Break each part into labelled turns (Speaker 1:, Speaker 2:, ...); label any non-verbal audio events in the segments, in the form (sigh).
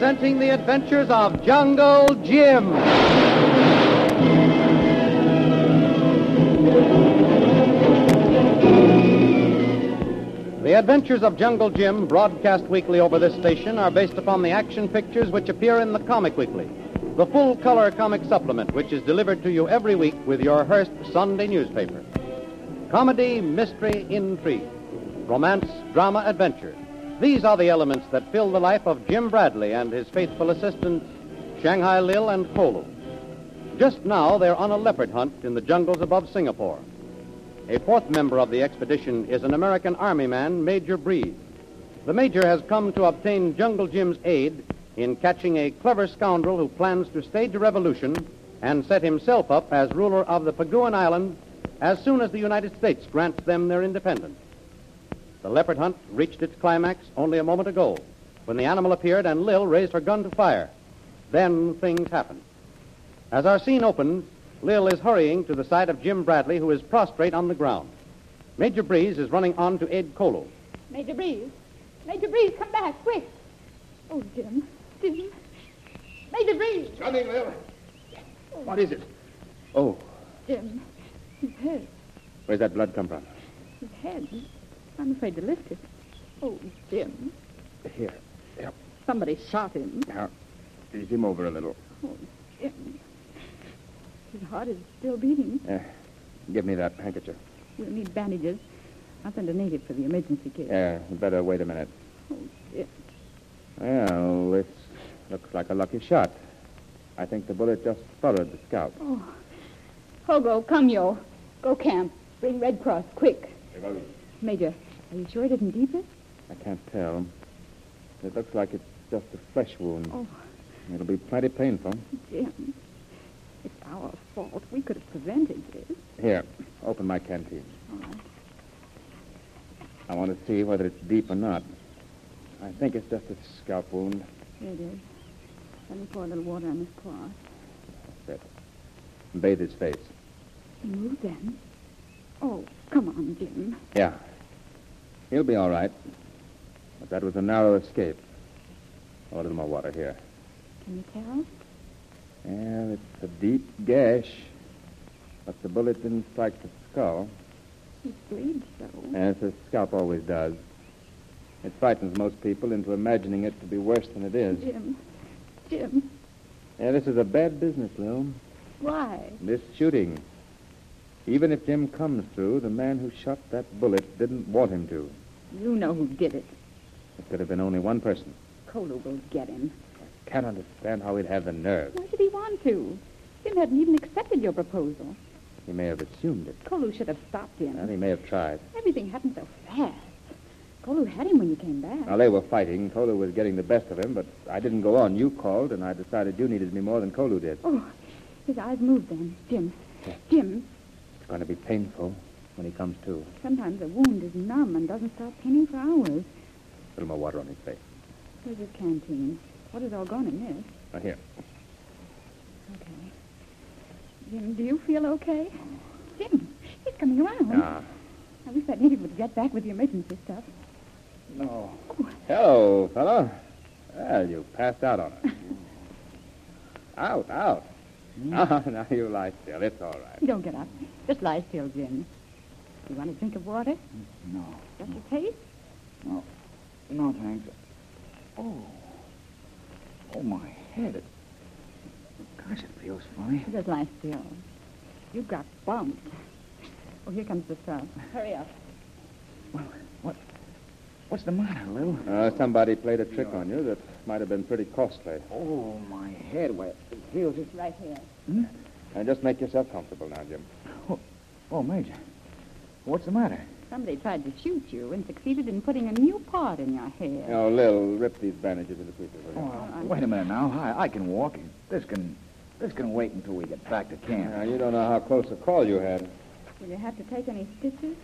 Speaker 1: watching the adventures of Jungle Jim. The Adventures of Jungle Jim, broadcast weekly over this station, are based upon the action pictures which appear in the Comic Weekly, the full color comic supplement which is delivered to you every week with your Hearst Sunday newspaper. Comedy, mystery, intrigue, romance, drama, adventure. These are the elements that fill the life of Jim Bradley and his faithful assistants, Shanghai Lil and Kolo. Just now, they're on a leopard hunt in the jungles above Singapore. A fourth member of the expedition is an American Army man, Major Breed. The Major has come to obtain Jungle Jim's aid in catching a clever scoundrel who plans to stage a revolution and set himself up as ruler of the Paguan Island as soon as the United States grants them their independence. The leopard hunt reached its climax only a moment ago when the animal appeared and Lil raised her gun to fire. Then things happened. As our scene opens, Lil is hurrying to the side of Jim Bradley, who is prostrate on the ground. Major Breeze is running on to aid Colo.
Speaker 2: Major Breeze. Major Breeze, come back, quick. Oh, Jim. Jim. Major Breeze.
Speaker 3: Johnny Lil. What is it?
Speaker 4: Oh,
Speaker 2: Jim. His head.
Speaker 4: where's that blood come from?
Speaker 2: His head. I'm afraid to lift it. Oh, Jim.
Speaker 4: Here. Help.
Speaker 2: Somebody shot him.
Speaker 4: Now, ease him over a little.
Speaker 2: Oh, Jim. His heart is still beating.
Speaker 4: Uh, give me that handkerchief.
Speaker 2: We'll need bandages. I'll send a native for the emergency kit.
Speaker 4: Yeah, you better wait a minute.
Speaker 2: Oh, Jim.
Speaker 4: Well, this looks like a lucky shot. I think the bullet just followed the scalp.
Speaker 2: Hogo, come, yo. Go camp. Bring Red Cross, quick. Major, are you sure it isn't deeper?
Speaker 4: I can't tell. It looks like it's just a flesh wound.
Speaker 2: Oh.
Speaker 4: It'll be plenty painful.
Speaker 2: Jim, it's our fault. We could have prevented this.
Speaker 4: Here, open my canteen. I want to see whether it's deep or not. I think it's just a scalp wound.
Speaker 2: Here it is. Let me pour a little water on this cloth.
Speaker 4: Bathe his face.
Speaker 2: Move then. Oh, come on, Jim.
Speaker 4: Yeah. He'll be all right. But that was a narrow escape. A little more water here.
Speaker 2: Can you tell?
Speaker 4: And it's a deep gash. But the bullet didn't strike the skull,
Speaker 2: He bleeds so.
Speaker 4: as the scalp always does. It frightens most people into imagining it to be worse than it is.
Speaker 2: Jim. Jim,
Speaker 4: Yeah, this is a bad business, Lil.
Speaker 2: why?
Speaker 4: This shooting. Even if Jim comes through, the man who shot that bullet didn't want him to.
Speaker 2: You know who did it.
Speaker 4: It could have been only one person.
Speaker 2: Kolo will get him.
Speaker 4: Can't understand how he'd have the nerve.
Speaker 2: Why should he want to? Jim hadn't even accepted your proposal.
Speaker 4: He may have assumed it.
Speaker 2: Kolo should have stopped him.
Speaker 4: And he may have tried.
Speaker 2: Everything happened so fast. Kolo had him when you came back.
Speaker 4: Now, they were fighting. Kolu was getting the best of him, but I didn't go on. You called, and I decided you needed me more than Kolu did.
Speaker 2: Oh, his eyes moved then. Jim. Jim,
Speaker 4: It's going to be painful when he comes to.
Speaker 2: sometimes a wound is numb and doesn't stop paining for hours.
Speaker 4: A little more water on his face.
Speaker 2: Where's his canteen? What is all gone in this?
Speaker 4: Now, here.
Speaker 2: Okay. Jim, do you feel okay? Jim, he's coming around.
Speaker 4: Ah.
Speaker 2: I wish that native would get back with the emergency stuff.
Speaker 4: No. Hello, fellow. Well, you passed out on us. (laughs) out, out. Ah, (laughs) now you lie still. It's all right.
Speaker 2: Don't get up. Just lie still, Jim. You want a drink of water?
Speaker 3: No.
Speaker 2: Just a taste?
Speaker 3: No, thanks. Oh. Oh, my head. It... Gosh, it feels funny.
Speaker 2: Just lie still. You got bumped. Oh, here comes the stuff. Hurry up.
Speaker 3: What's the matter, Lil?
Speaker 4: Uh, somebody played a trick on you that might have been pretty costly.
Speaker 3: Oh, my head. Why, it feels just...
Speaker 2: Right here.
Speaker 4: And just make yourself comfortable now, Jim.
Speaker 3: Oh, Major. What's the matter?
Speaker 2: Somebody tried to shoot you and succeeded in putting a new part in your hair.
Speaker 4: Oh, Lil, rip these bandages into pieces, will you?
Speaker 3: Oh, wait a minute now. I, I can walk. This can... This can wait until we get back to camp.
Speaker 4: Now, you don't know how close a call you had.
Speaker 2: Will you have to take any stitches?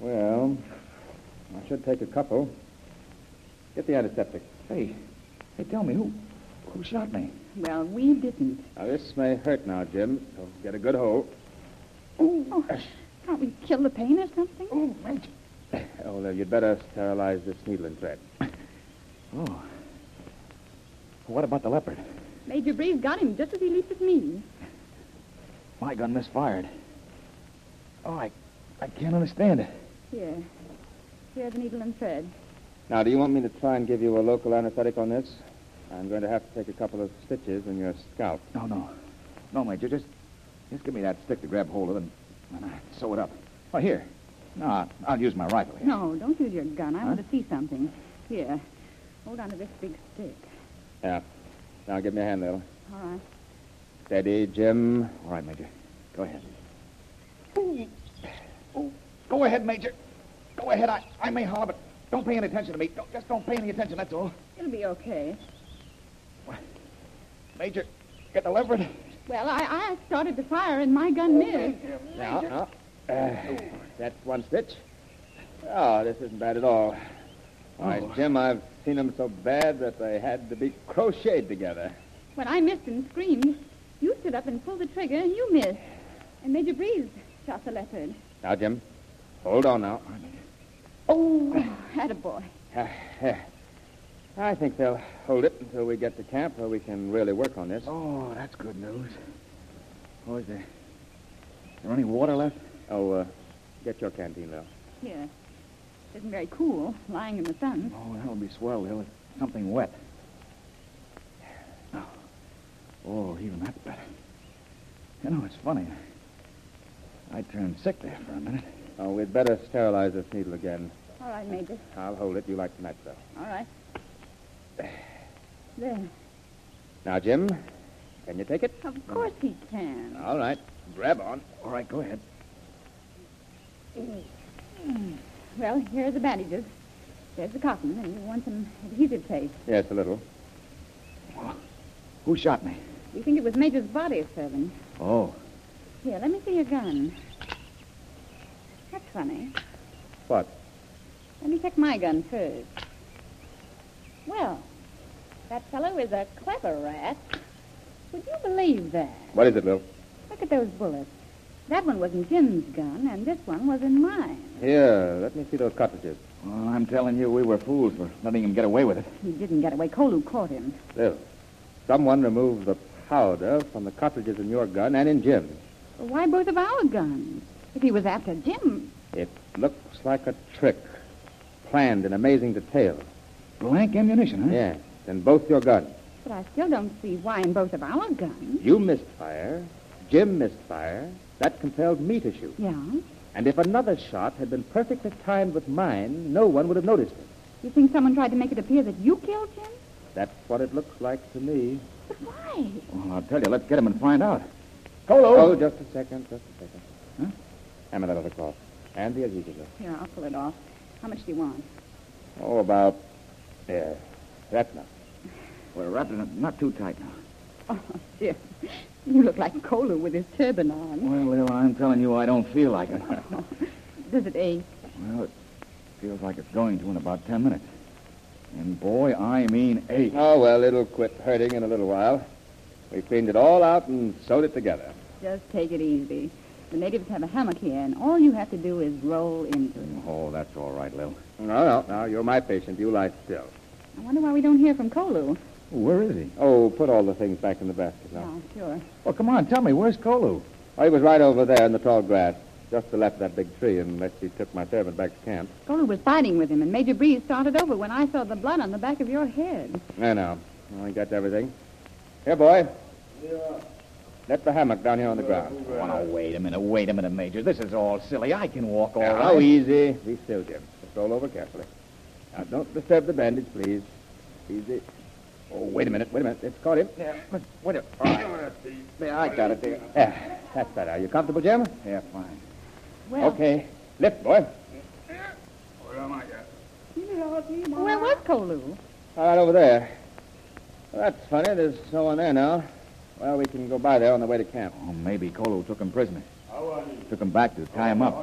Speaker 4: Well, I should take a couple. Get the antiseptic.
Speaker 3: Hey, hey, tell me, who... Who shot me?
Speaker 2: Well, we didn't.
Speaker 4: Now, this may hurt now, Jim, so get a good hold.
Speaker 2: Oh, can't we kill the pain or something?
Speaker 3: Oh, Major.
Speaker 4: Oh, Lil, you'd better sterilize this needle and thread.
Speaker 3: Oh.
Speaker 1: What about the leopard?
Speaker 2: Major Breeze got him just as he leaped at me.
Speaker 3: My gun misfired. Oh, I, I can't understand it.
Speaker 2: Here. Here's an needle and thread.
Speaker 4: Now, do you want me to try and give you a local anesthetic on this? I'm going to have to take a couple of stitches in your scalp.
Speaker 3: No, no. No, Major, just, just give me that stick to grab hold of and, and I sew it up. Oh, here. No, I'll, I'll use my rifle here.
Speaker 2: No, don't use your gun. I
Speaker 3: Huh?
Speaker 2: want to see something. Here. Hold on to this big stick.
Speaker 4: Yeah. Now, give me a hand, Lil.
Speaker 2: All right.
Speaker 4: Steady, Jim.
Speaker 3: All right, Major. Go ahead. Oh, go ahead, Major. Go ahead. I, I may holler, but don't pay any attention to me. Don't, just don't pay any attention, that's all.
Speaker 2: It'll be okay.
Speaker 3: Major, get the leopard.
Speaker 2: Well, I, I started to fire and my gun missed.
Speaker 4: Now, now. Uh, that's one stitch. Oh, this isn't bad at all. Why, Jim, I've seen them so bad that they had to be crocheted together.
Speaker 2: When I missed and screamed, you stood up and pulled the trigger and you missed. And Major Breeze shot the leopard.
Speaker 4: Now, Jim, hold on now.
Speaker 2: Oh, attaboy.
Speaker 4: I think they'll hold it until we get to camp where we can really work on this.
Speaker 3: Oh, that's good news. Oh, is there, is there any water left?
Speaker 4: Oh, uh, get your canteen, Lil.
Speaker 2: Here. Isn't very cool, lying in the sun.
Speaker 3: Oh, that'll be swell, Hill. Something wet. Oh, oh even that's better. You know, it's funny. I turned sick there for a minute.
Speaker 4: Oh, we'd better sterilize this needle again.
Speaker 2: All right, Major.
Speaker 4: I'll hold it. You like the knife, though.
Speaker 2: All right. (sighs) There.
Speaker 4: Now, Jim, can you take it?
Speaker 2: Of course he can.
Speaker 4: All right. Grab on.
Speaker 3: All right, go ahead.
Speaker 2: Mm. Well, here are the bandages. There's the cotton, and you want some adhesive tape.
Speaker 4: Yes, a little.
Speaker 3: Who shot me?
Speaker 2: We think it was Major's body, Servant.
Speaker 3: Oh.
Speaker 2: Here, let me see your gun. That's funny.
Speaker 4: What?
Speaker 2: Let me check my gun first. Well, that fellow is a clever rat. Would you believe that?
Speaker 4: What is it, Lil?
Speaker 2: Look at those bullets. That one was in Jim's gun, and this one was in mine.
Speaker 4: Here, let me see those cartridges.
Speaker 3: Well, I'm telling you, we were fools for letting him get away with it.
Speaker 2: He didn't get away. Kolu caught him.
Speaker 4: Lil, someone removed the powder from the cartridges in your gun and in Jim's.
Speaker 2: But why both of our guns? If he was after Jim,
Speaker 4: It looks like a trick, planned in amazing detail.
Speaker 3: Blank ammunition, huh?
Speaker 4: Yes, and both your guns.
Speaker 2: but I still don't see why in both of our guns.
Speaker 4: You missed fire. Jim missed fire. That compelled me to shoot.
Speaker 2: Yeah.
Speaker 4: And if another shot had been perfectly timed with mine, no one would have noticed it.
Speaker 2: You think someone tried to make it appear that you killed Jim?
Speaker 4: That's what it looks like to me.
Speaker 2: But why?
Speaker 3: Well, I'll tell you, let's get him and find out.
Speaker 4: Oh,
Speaker 3: Colo!
Speaker 4: just a second, just a second.
Speaker 3: Huh?
Speaker 4: Hammer that other cloth. And the adhesive.
Speaker 2: Here, I'll pull it off. How much do you want?
Speaker 4: Oh, about... Yeah, that's enough.
Speaker 3: We're wrapping it not too tight now.
Speaker 2: Oh, dear. You look like Kolu with his turban on.
Speaker 3: Well, Lil, I'm telling you, I don't feel like it. (laughs)
Speaker 2: Does it ache?
Speaker 3: well, it feels like it's going to in about ten minutes. And boy, I mean eight.
Speaker 4: Oh, well, it'll quit hurting in a little while. We cleaned it all out and sewed it together.
Speaker 2: Just take it easy. The natives have a hammock here, and all you have to do is roll into it.
Speaker 3: Oh, that's all right, Lil.
Speaker 4: No, no, now you're my patient. You lie still.
Speaker 2: I wonder why we don't hear from Kolu.
Speaker 3: Where is he?
Speaker 4: Oh, put all the things back in the basket now.
Speaker 2: Oh, sure.
Speaker 3: Well, come on, tell me, where's Kolu?
Speaker 4: Oh, he was right over there in the tall grass, just to the left of that big tree, unless he took my servant back to camp.
Speaker 2: Kolu was fighting with him, and Major Breeze started over when I saw the blood on the back of your head.
Speaker 4: No, no. I got everything. Here, boy. Let the hammock down here on the ground.
Speaker 3: Oh, now, wait a minute, wait a minute, Major. This is all silly. I can walk all
Speaker 4: Now, easy. Be still, Jim. Just roll over carefully. Now, don't disturb the bandage, please. Easy. Oh, wait a minute, wait a minute. It's caught him. Yeah, but wait a All right. Yeah, I got it, dear. Yeah, that's better. Are you comfortable, Jim?
Speaker 3: oh, Yeah, fine.
Speaker 2: Well,
Speaker 4: Okay. Lift, boy.
Speaker 2: where was Kolu?
Speaker 4: All right, over there. Well, that's funny. There's no one there now. Well, we can go by there on the way to camp.
Speaker 3: Oh, maybe Kolu took him prisoner. Took him back to tie him up.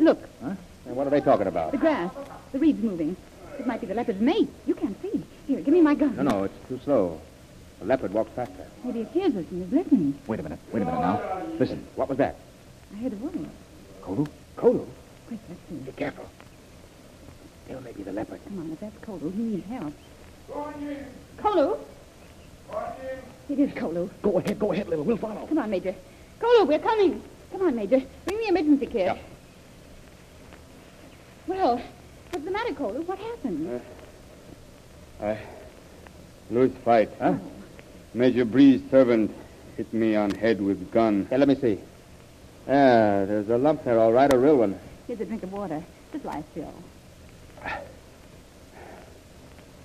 Speaker 2: Look,
Speaker 4: And what are they talking about?
Speaker 2: the grass. The reed's moving. It might be the leopard's mate. You can't see. Here, give me my gun.
Speaker 4: No, no, it's too slow. The leopard walks faster.
Speaker 2: Maybe it hears us and is listening.
Speaker 3: Wait a minute, wait a minute now. Listen,
Speaker 4: What was that?
Speaker 2: I heard a voice.
Speaker 3: Kolu?
Speaker 4: Kolo.
Speaker 2: Quick, let's see.
Speaker 4: Be careful. There may be the leopard.
Speaker 2: Come on, if that's Kolu, he needs help. Kolu? It is Kolu.
Speaker 5: Go ahead, go ahead, Lil. We'll follow.
Speaker 2: Come on, Major. Kolu, we're coming. Come on, Major. Bring the emergency kit.
Speaker 5: Yeah.
Speaker 2: Well, what's the matter, Kolu? What happened?
Speaker 4: Loose fight.
Speaker 5: Huh?
Speaker 4: Major Bree's servant hit me on head with gun.
Speaker 6: Hey, let me see. Ah, there's a lump there, all right, a real one.
Speaker 2: Here's a drink of water. Just lie still.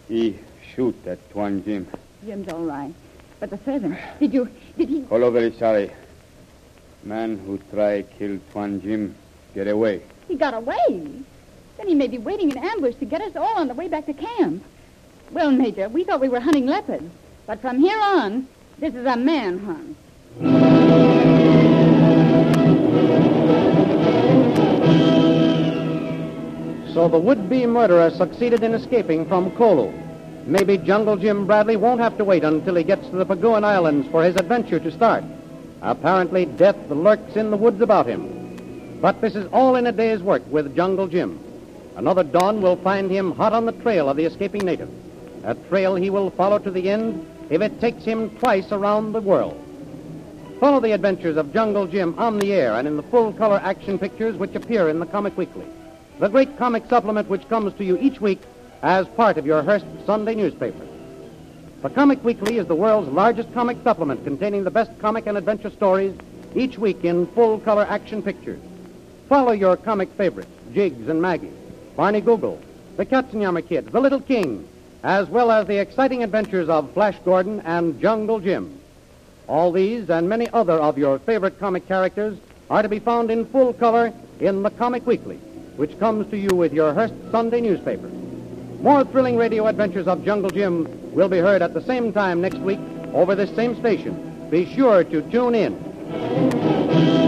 Speaker 4: He shoot that Tuan Jim.
Speaker 2: Jim's all right. But the servant, did you, did he?
Speaker 4: Kolo very sorry. Man who try kill Tuan Jim get away.
Speaker 2: He got away. Then he may be waiting in ambush to get us all on the way back to camp. Well, Major, we thought we were hunting leopards. But from here on, this is a manhunt.
Speaker 3: So the would-be murderer succeeded in escaping from Kolu. Maybe Jungle Jim Bradley won't have to wait until he gets to the Paguan Islands for his adventure to start. Apparently, death lurks in the woods about him. But this is all in a day's work with Jungle Jim. Another dawn will find him hot on the trail of the escaping native, a trail he will follow to the end if it takes him twice around the world. Follow the adventures of Jungle Jim on the air and in the full color action pictures which appear in the Comic Weekly, the great comic supplement which comes to you each week as part of your Hearst Sunday newspaper. The Comic Weekly is the world's largest comic supplement containing the best comic and adventure stories each week in full color action pictures. Follow your comic favorites, Jiggs and Maggie, Barney Google, the Katzenjammer Kid, the Little King, as well as the exciting adventures of Flash Gordon and Jungle Jim. All these and many other of your favorite comic characters are to be found in full color in the Comic Weekly, which comes to you with your Hearst Sunday newspaper. More thrilling radio adventures of Jungle Jim will be heard at the same time next week over this same station. Be sure to tune in.